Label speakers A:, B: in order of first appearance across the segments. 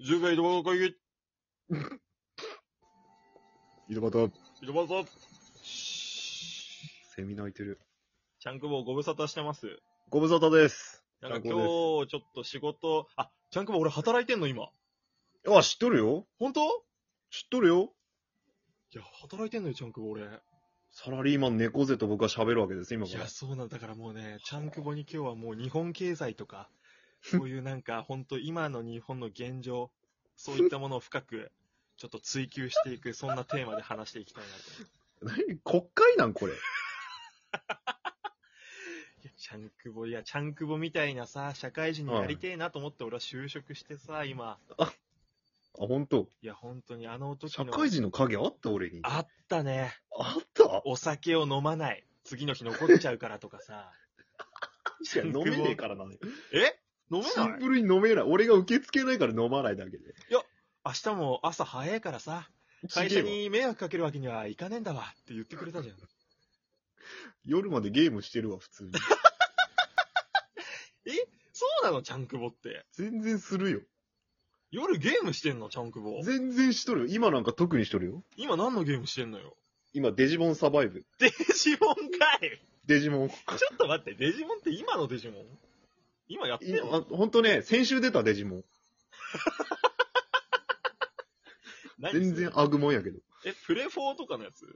A: 10回井戸端会議、
B: 井戸端、
A: 井戸端、
B: セミ鳴いてる。
A: ちゃんくぼご無沙汰してます。
B: ご無沙汰です。
A: なんか
B: ちゃんく
A: 今日、ちょ
B: ぼ
A: っと仕事、あ、ちゃんくぼ俺働いてんの今。
B: あ、知っとるよ
A: 本当い
B: 知っとるよ
A: や、働いてんのよ、ちゃんくぼ俺。
B: サラリーマン猫背と僕は喋るわけです、今
A: い
B: から
A: や、。そうなんだからもうね、ちゃんくぼに今日はもう日本経済と か、そういうなんか、本当今の日本の現状、そういったものを深く、ちょっと追求していく、そんなテーマで話していきたいなと思う。
B: 何国会なんこれ。
A: いや、ちゃんくぼ、いや、ちゃんくぼみたいなさ、社会人になりてえなと思って俺は就職してさ、今。
B: あ、本当
A: いや、本当にあの時
B: 社
A: の。
B: 会人の影あった俺に。
A: あったね。
B: あった
A: お酒を飲まない。次の日残っちゃうからとか さ。
B: いや飲めねえからな。
A: え飲め
B: シ
A: な
B: ン
A: い
B: プルに飲めない。俺が受け付けないから飲まないだけで。
A: 明日も朝早いからさ、会
B: ち
A: 社
B: げえわ
A: に迷惑かけるわけにはいかねえんだわって言ってくれたじゃん。
B: 夜までゲームしてるわ、普通に。
A: そうなの、ちゃんくぼって。
B: 全然す るよ。
A: 夜ゲームしてんの、ちゃんくぼ。
B: 全然しとるよ。今なんか特にしとるよ。
A: 今何のゲームしてんのよ。
B: 今、デジモンサバイブ。
A: デジモンかい
B: デジモン。
A: ちょっと待って、デジモンって今のデジモン今やってん
B: い
A: の
B: あほんとね、先週出たデジモン。
A: 何それ
B: 全然アグモンやけど。
A: え、プレフォーとかのやつ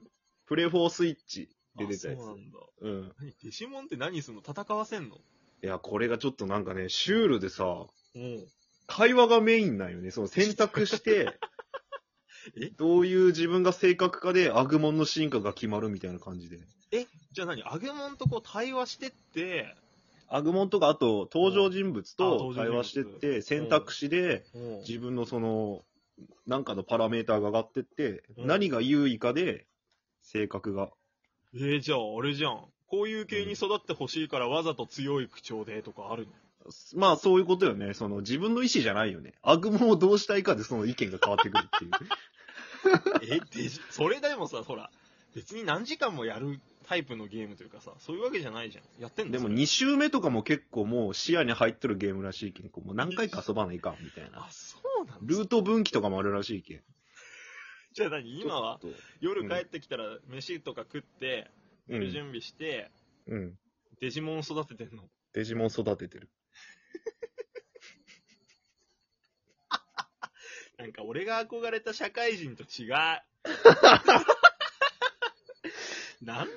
B: プレフォースイッチで出たや
A: あ
B: つ
A: そう。なんだ。
B: うん。
A: 何デジモンって何すんの戦わせんの
B: いや、これがちょっとなんかね、シュールでさ、
A: うん。
B: 会話がメインなんよね。その選択して
A: え、
B: どういう自分が性格かでアグモンの進化が決まるみたいな感じで。
A: じゃあ何揚げ物とこう対話してって、
B: アグモンとか、あと、登場人物
A: あ
B: と
A: 登場
B: 会
A: 人物
B: 話してって、選択肢で
A: うん
B: 自分のその、なんかのパラメーターが上がってって、
A: うん
B: 何が優位かで、性格が。
A: えー、じゃああれじゃん。こういう系に育ってほしいからわざと強い口調でとかあるの
B: まあ、そういうことよね。その、自分の意思じゃないよね。アグモンをどうしたいかでその意見が変わってくるってい
A: え、
B: う。
A: デジ、それでもさ、ほら、別に何時間もやるタイプのゲームというかさ、そういうわけじゃないじゃん。やってんの
B: でも
A: それ
B: 2周目とかも結構もう視野に入ってるゲームらしいけん、こうもう何回か遊ばないかんみたい
A: あ
B: な、。
A: そうなんだ
B: ル。ート分岐とかもあるらしいけん。
A: じゃあ何今は
B: ちょっ
A: 夜帰ってきたら飯とか食って、
B: とう
A: 夜
B: ん。
A: 準備して、
B: うん。
A: デジモン育ててんの。
B: デジモン育ててる。
A: なんか俺が憧れた社会人と 違う。なんで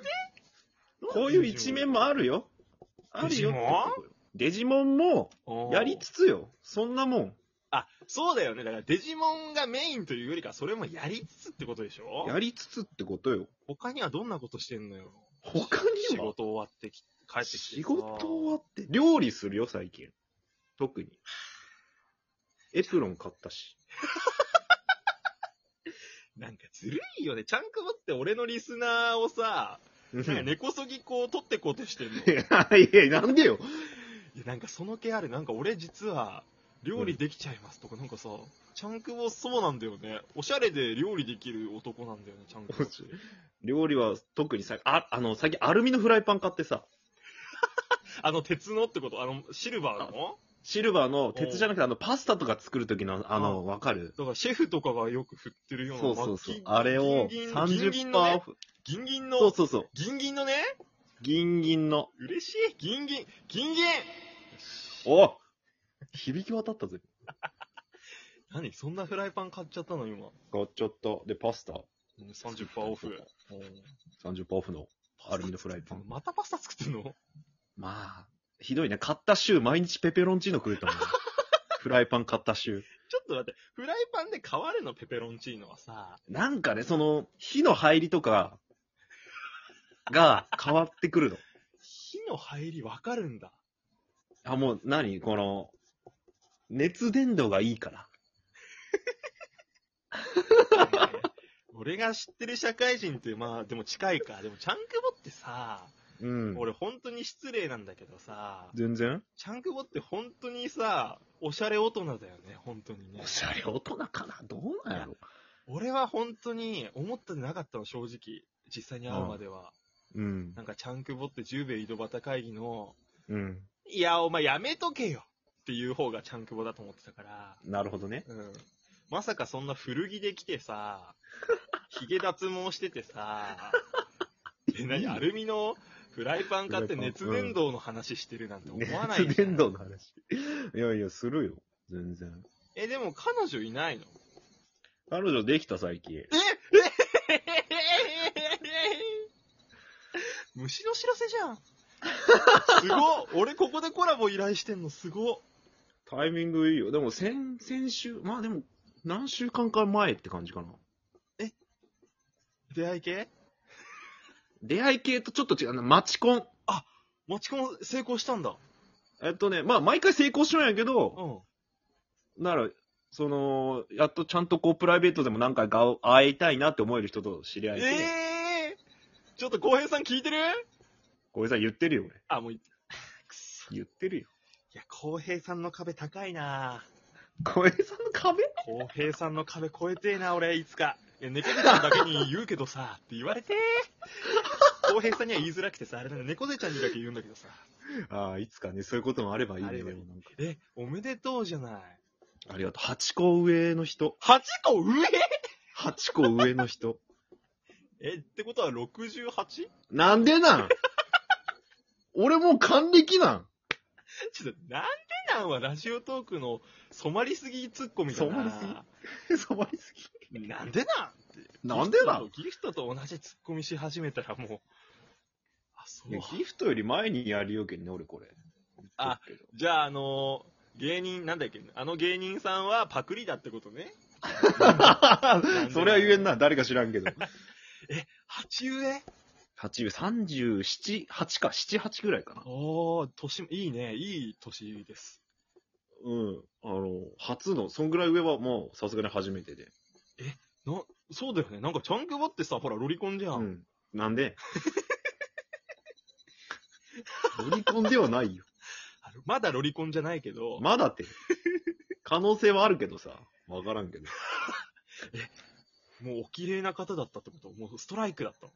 B: こういう一面もあるよ。あるよってことよ。デジモンもやりつつよ。そんなもん。
A: あ、そうだよね。だからデジモンがメインというよりか、それもやりつつってことでしょ
B: やりつつってことよ。
A: 他にはどんなことしてんのよ。
B: 他
A: 仕
B: には
A: 事終わってき、帰ってきて。
B: 仕事終わって、料理するよ、最近。特 に。エプロン買ったし。
A: なんかずるいよね。ちゃんくぼって俺のリスナーをさ、なんか根こそぎこう取ってこうとしてんの。い
B: いやいや、なんでよ。
A: や、なんかその気ある。なんか俺実は、料理できちゃいますとか、なんかさ、ちゃんくぼそうなんだよね。おしゃれで料理できる男なんだよね、ちゃんくぼって。
B: 料理は特にさ、あ、あの、最近アルミのフライパン買ってさ、
A: あの、鉄のってことあの、シルバーの
B: シルバーの鉄じゃなくて、あの、パスタとか作る時の、あ
A: あ
B: の、わかる
A: だからシェフとかがよく振ってるような。
B: そうそうそ
A: ま
B: う。
A: あ
B: あれを
A: ギンギンギンギンの
B: 30%オ
A: ね、
B: フ。
A: ギンギン
B: そう
A: の、
B: そうそう。
A: ギンギンのね、
B: ギンギンの。
A: 嬉しい、ギンギン、ギンギン
B: お響き渡ったぜ。
A: 何そんなフライパン買っちゃったの今。
B: 買っちゃった。で、パスタ。
A: 30%オフ。
B: 30%オフのアルミのフライパン。
A: またパスタ作ってんの
B: まあ、ひどいね。買った週、毎日ペペロンチーノ食う と思う。フライパン買った週。
A: ちょっと待って、フライパンで変わるのペペロンチーノはさ。
B: なんかね、その、火の入りとか、が変わってくるの。
A: 火の入りわかるんだ。
B: あ、もう何、この、熱伝導がいいから。
A: 俺が知ってる社会人って、まあ、でも近いか。でも、ちゃんくぼってさ、
B: うん
A: 俺本当に失礼なんだけどさ、
B: 全然
A: ちゃんくぼって本当にさ、おしゃれ大人だよね、本当にね
B: お。しゃれ大人かなどうなんやろ
A: 俺は本当に思ってなかったの、正直。実際に会うまでは。
B: うん
A: な。んか、ちゃんくぼって十兵衛井戸端会議の、
B: うん。
A: いや、お前やめとけよ。っていう方がちゃんくぼだと思ってたから。
B: なるほどね。
A: うん。まさかそんな古着で来て さ、髭脱毛しててさ、え、何アルミのフライパン買って熱伝導の話してるなんて思わないじゃん
B: 熱伝導の話。いやいや、するよ。全然。
A: え、でも彼女いない の
B: 彼女できた最近。
A: 虫の知らせじゃ ん。すごっ俺ここでコラボ依頼してんのすごっ
B: タイミングいいよ。でも先、先週、まあでも、何週間か前って感じかな。
A: 出会い系
B: 出会い系とちょっと違うな。マチコン。
A: 持ち込む成功したんだ。
B: えっとね、まあ毎回成功しないんやけ
A: う
B: ど、
A: ん。
B: なら、その、やっとちゃんとこうプライベートでも何回か会いたいなって思える人と知り合えて、
A: ええー、ちょっと浩平さん聞いてる
B: これさ、言ってるよ、俺。
A: あ、 もうい、
B: 言ってるよ。
A: いや、浩平さんの壁高いな
B: 小江さんの壁
A: 浩平さんの壁越えてえな、俺、いつか。いや、猫背ちゃんだけに言うけどさ、って言われてー。浩平さんには言いづらくてさ、あれだね、猫背ちゃんにだけ言うんだけどさ。
B: ああ、いつかね、そういうこともあればいいね。
A: あ
B: で
A: れば
B: も
A: いい
B: なんか
A: え、おめでとうじゃない。
B: ありがとう。8個上の人。
A: 8個上
B: 8個上の 人。
A: え、ってことは 68?
B: なんでなん俺もう還暦なん。
A: ちょっと、なんでなんはラジオトークの染まりすぎツッコミだな。
B: 染まそばりす
A: ぎなんでなん
B: ぎ。なんでなん
A: ギフトと同じツッコミし始めたらもう。あ、そ
B: いや
A: う。
B: ギフトより前にやりよけんね、俺これ。
A: あ
B: 言っ とく
A: じゃあ、あのー芸人、なんだっけ、あの芸人さんはパクリだってことね。
B: けど。それは言えんな、誰か知らんけど。
A: 鉢植え
B: 八37、8か、7、8ぐらいかな。
A: おー、年も、いいね、いい年です。
B: うん。あの、初の、そんぐらい上はもう、さすがに初めてで。
A: な、そうだよね。なんか、チャンクボってさ、ほら、ロリコンじゃん。
B: うん。なん でロリコンではないよ。
A: あのまだロリコンじゃないけど、
B: まだって。可能性はあるけどさ。わからんけど。
A: もうお綺麗な方だったってこともうストライクだったの。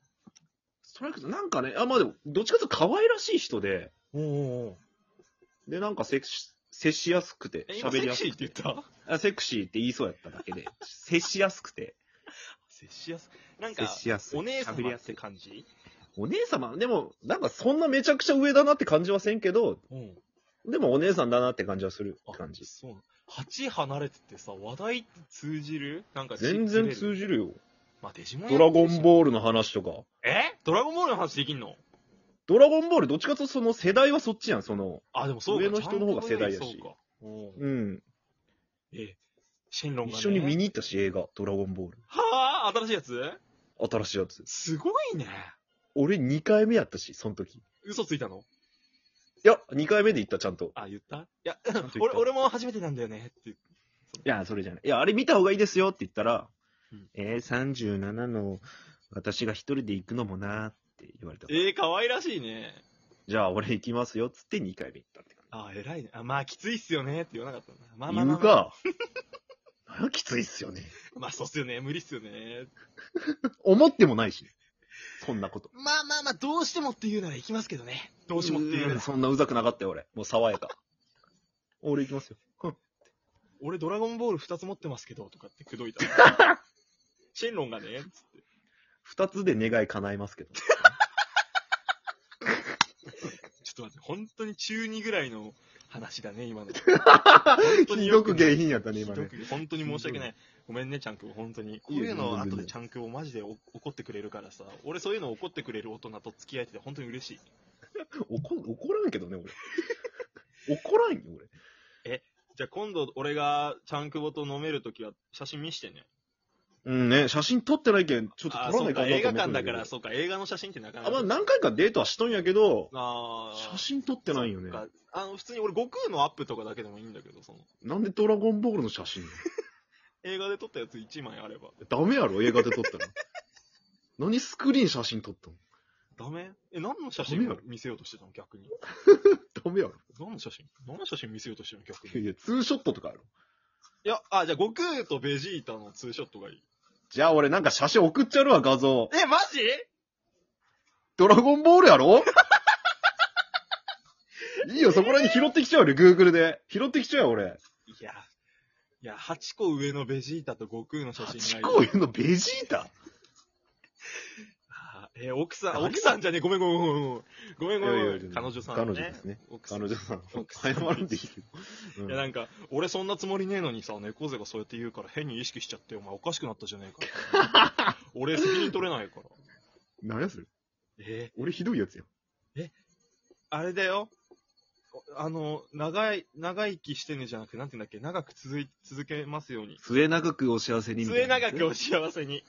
B: ストライクなんかね、あ、まあでも、どっちかというと可愛らしい人で、
A: おおお
B: で、なんかセクシ、接しやすくて、
A: え、今
B: 喋
A: セ
B: り
A: ク
B: やす
A: シー
B: く
A: って言
B: て
A: っ。た
B: あセクシーって言いそうやっただけで、接しやすくて、
A: 接しやす。なん
B: 接
A: か、
B: しやすい。
A: お姉
B: 喋り
A: 様
B: や
A: っ
B: す
A: て
B: い。
A: 感じ
B: お姉様、でも、なんかそんなめちゃくちゃ上だなって感じはせんけど、
A: うん。
B: でもお姉さんだなって感じはする
A: あ
B: 感じ。
A: そう。8離れててさ、話題って通じるなんか
B: 全然通
A: じ
B: じるよ。
A: まあ、デジモン
B: ドラゴン
A: ール。
B: ボールの話とか。
A: えドラゴンボールの話できんの
B: ドラゴンボールどっちかというとその世代はそっちやん、その。
A: あ、でもそうか。
B: 上の人の方が世代やし
A: そうか。うん
B: うん。
A: え、シェンロンが、ね。
B: 一緒に見に行ったし、映画、ドラゴンボール。
A: はぁ、新しいやつ
B: 新しいやつ。
A: すごいね。
B: 俺2回目やったし、その時。い
A: 嘘ついたの
B: や、2回目で行った、ちゃんと。
A: あ、言ったいや、
B: ちゃんと言 っ
A: 俺、
B: た
A: 俺も初めてなんだよね。って。
B: いや、それじゃない。いや、あれ見た方がいいですよって言ったら、
A: うん
B: えー、37の私が一人で行くのもなーって言われた。
A: えー、可愛らしいね。
B: じゃあ俺行きますよっつって2回目行ったって感
A: あ、偉いね。あ、まあ、きついっすよね。って言わなかったな。まあ
B: じ。
A: まあ
B: 言
A: まあ、まあ。
B: う か。なんやきついっすよね。
A: まあ、そうっすよね。無理っすよね。
B: 思ってもないし、そんなこと。
A: まあまあまあ、どうしてもって言うなら行きますけどね。どうしてもって言うな
B: ーん
A: ら。
B: そんなうざくなかったよ、俺。もう爽やか。俺行きますよ。
A: 俺ドラゴンボール2つ持ってますけど、とかって口説いた。 シェンロンがね、つって
B: 二つで願い叶えますけど。
A: ちょっと待って、本当に中2ぐらいの話だね、今の。当に
B: ひ
A: よ
B: ど
A: く
B: く
A: ね
B: 下品やったね、
A: ひ
B: 今
A: ど
B: ね。
A: く本当に申し訳ない。ごめんね、ちゃんくん、本当に。こういうの、後でちゃんくんをマジでお怒ってくれるからさ、俺そういうの怒ってくれる大人と付き合えてて本当に嬉しい。
B: 怒怒らんけど ね、俺。怒らんよ、俺。
A: じゃあ今度、俺がちゃんくぼと飲めるときは写真見してね。
B: うんね、写真撮ってないけん、ちょっと
A: あ、
B: 撮ら
A: そ
B: な
A: う
B: いか
A: か、
B: んな
A: 映
B: と
A: 画
B: 思って
A: 館
B: んけ
A: だ
B: ど
A: から、そうか、映画の写真ってなかなか。
B: あ、まあ何回かデートはしとんやけど、
A: あー
B: 写真撮ってないよね。
A: そっかあの、普通に俺、悟空のアップとかだけでもいいんだけど、その、
B: なんでドラゴンボールの写真
A: 映画で撮ったやつ1枚あれば。
B: ダメやろ、映画で撮っ たら。何スクリーン写真撮ったの
A: ダメえ、何の写真
B: ダメ
A: を
B: よ
A: 見せようとしてたの逆に。
B: ダメやろ。
A: 何の写真何の写真見せようとしてたの逆
B: いや
A: に。い
B: いや、ツーショットとかある。
A: や、あ、じゃあ、悟空とベジータのツーショットがいい。
B: じゃあ俺なんか写真送っちゃるわ、画像。
A: え、マジ
B: ドラゴンボールやろいいよ、そこらに拾ってきちゃうよ、Google で。拾ってきちゃうよ、俺。
A: いや、いや、8個上のベジータと悟空の写真
B: 8
A: が
B: 個
A: いる
B: 上のベジータ
A: あーえー奥さん、
B: 誰
A: 奥さんじゃねえ、ごめんごめんごめんごめん。ごめん
B: いやい
A: ご
B: や
A: め
B: いや
A: ん。彼女さん、ね。
B: 彼女ですね。
A: 奥さん。
B: 彼女さん
A: 奥。さ
B: 謝
A: ん
B: るんでいいけど。うん
A: いやなんか、俺そんなつもりねえのにさ、猫背がそうやって言うから変に意識しちゃって、お前おかしくなったじゃねえか。 俺責任取れないから。
B: 何やそれ
A: え
B: 俺ひどいやつや。
A: あれだよ。あの、長い、長生きしてねじゃなくて、なんて言うんだっけ、長く続い、続けますように。
B: 末永くお幸せに
A: 末永くお幸せに。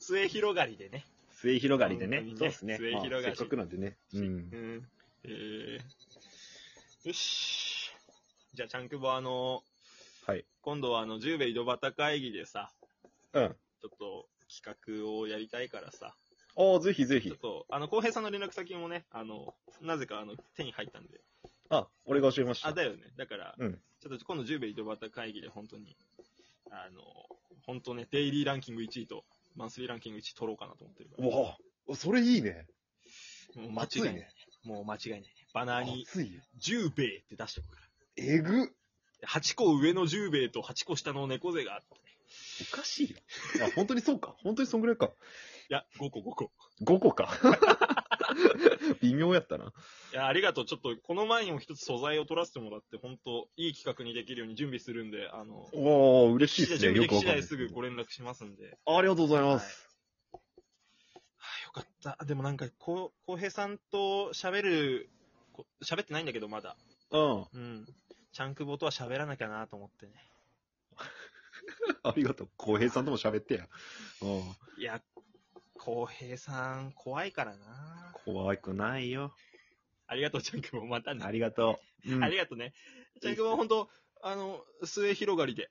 A: 末広がりでね。
B: 末広がりで
A: 本
B: ね
A: 当に。ね
B: そうですね。
A: 末広がり
B: まあせっかくなんでね。うん
A: う。ん。えー、よし。じゃあ、ちゃんくぼ、あの、
B: はい。
A: 今度はあの、十兵衛井戸端会議でさ、
B: うん。
A: ちょっと企画をやりたいからさ、
B: おー、ぜひぜひ
A: ちょっ。と、あの、浩平さんの連絡先もね、あの、なぜかあの、手に入ったんで。
B: あ、俺が教えました。
A: あ、だよね。だから、
B: うん
A: ちょっと今度10名井戸端会議で本当に、あの、本当ね、デイリーランキング1位と、マンスリーランキング1位取ろうかなと思ってるから。
B: わあ、それいいね。
A: もう間違いない。。もう間違いないね。バナーに、
B: 熱いよ。
A: 10兵衛って出しておくか
B: えぐ。
A: ら。8個上の10兵衛と8個下の猫背があって、
B: おかしいよ。あ、本当にそうか。本当にそんぐらいか。
A: いや、5個5個。
B: 5個 か。微妙やったな。
A: いや、ありがとう。ちょっと、この前にも一つ素材を取らせてもらって、本当いい企画にできるように準備するんで、あの、
B: おー、嬉しいで
A: 準
B: すね。
A: 備で
B: よく
A: き
B: わ
A: 次
B: かんな
A: 第
B: い。
A: すぐご連絡しますんで。
B: ありがとうござい
A: は
B: ま
A: い
B: す。
A: よかった。でもなんか、こう、浩平さんと喋る、こ喋ってないんだけど、まだ。
B: うん。
A: うん。ちゃんくぼとは喋らなきゃなと思ってね。
B: ありがとう。浩平さんとも喋ってや。うん。
A: いや、浩平さん、怖いからな
B: 怖くないよ。
A: ありがとう、ちゃんくぼ。またね。
B: ありがとう。うん
A: ありがとうね。ちゃんくぼ、ほんと、あの、末広がりで。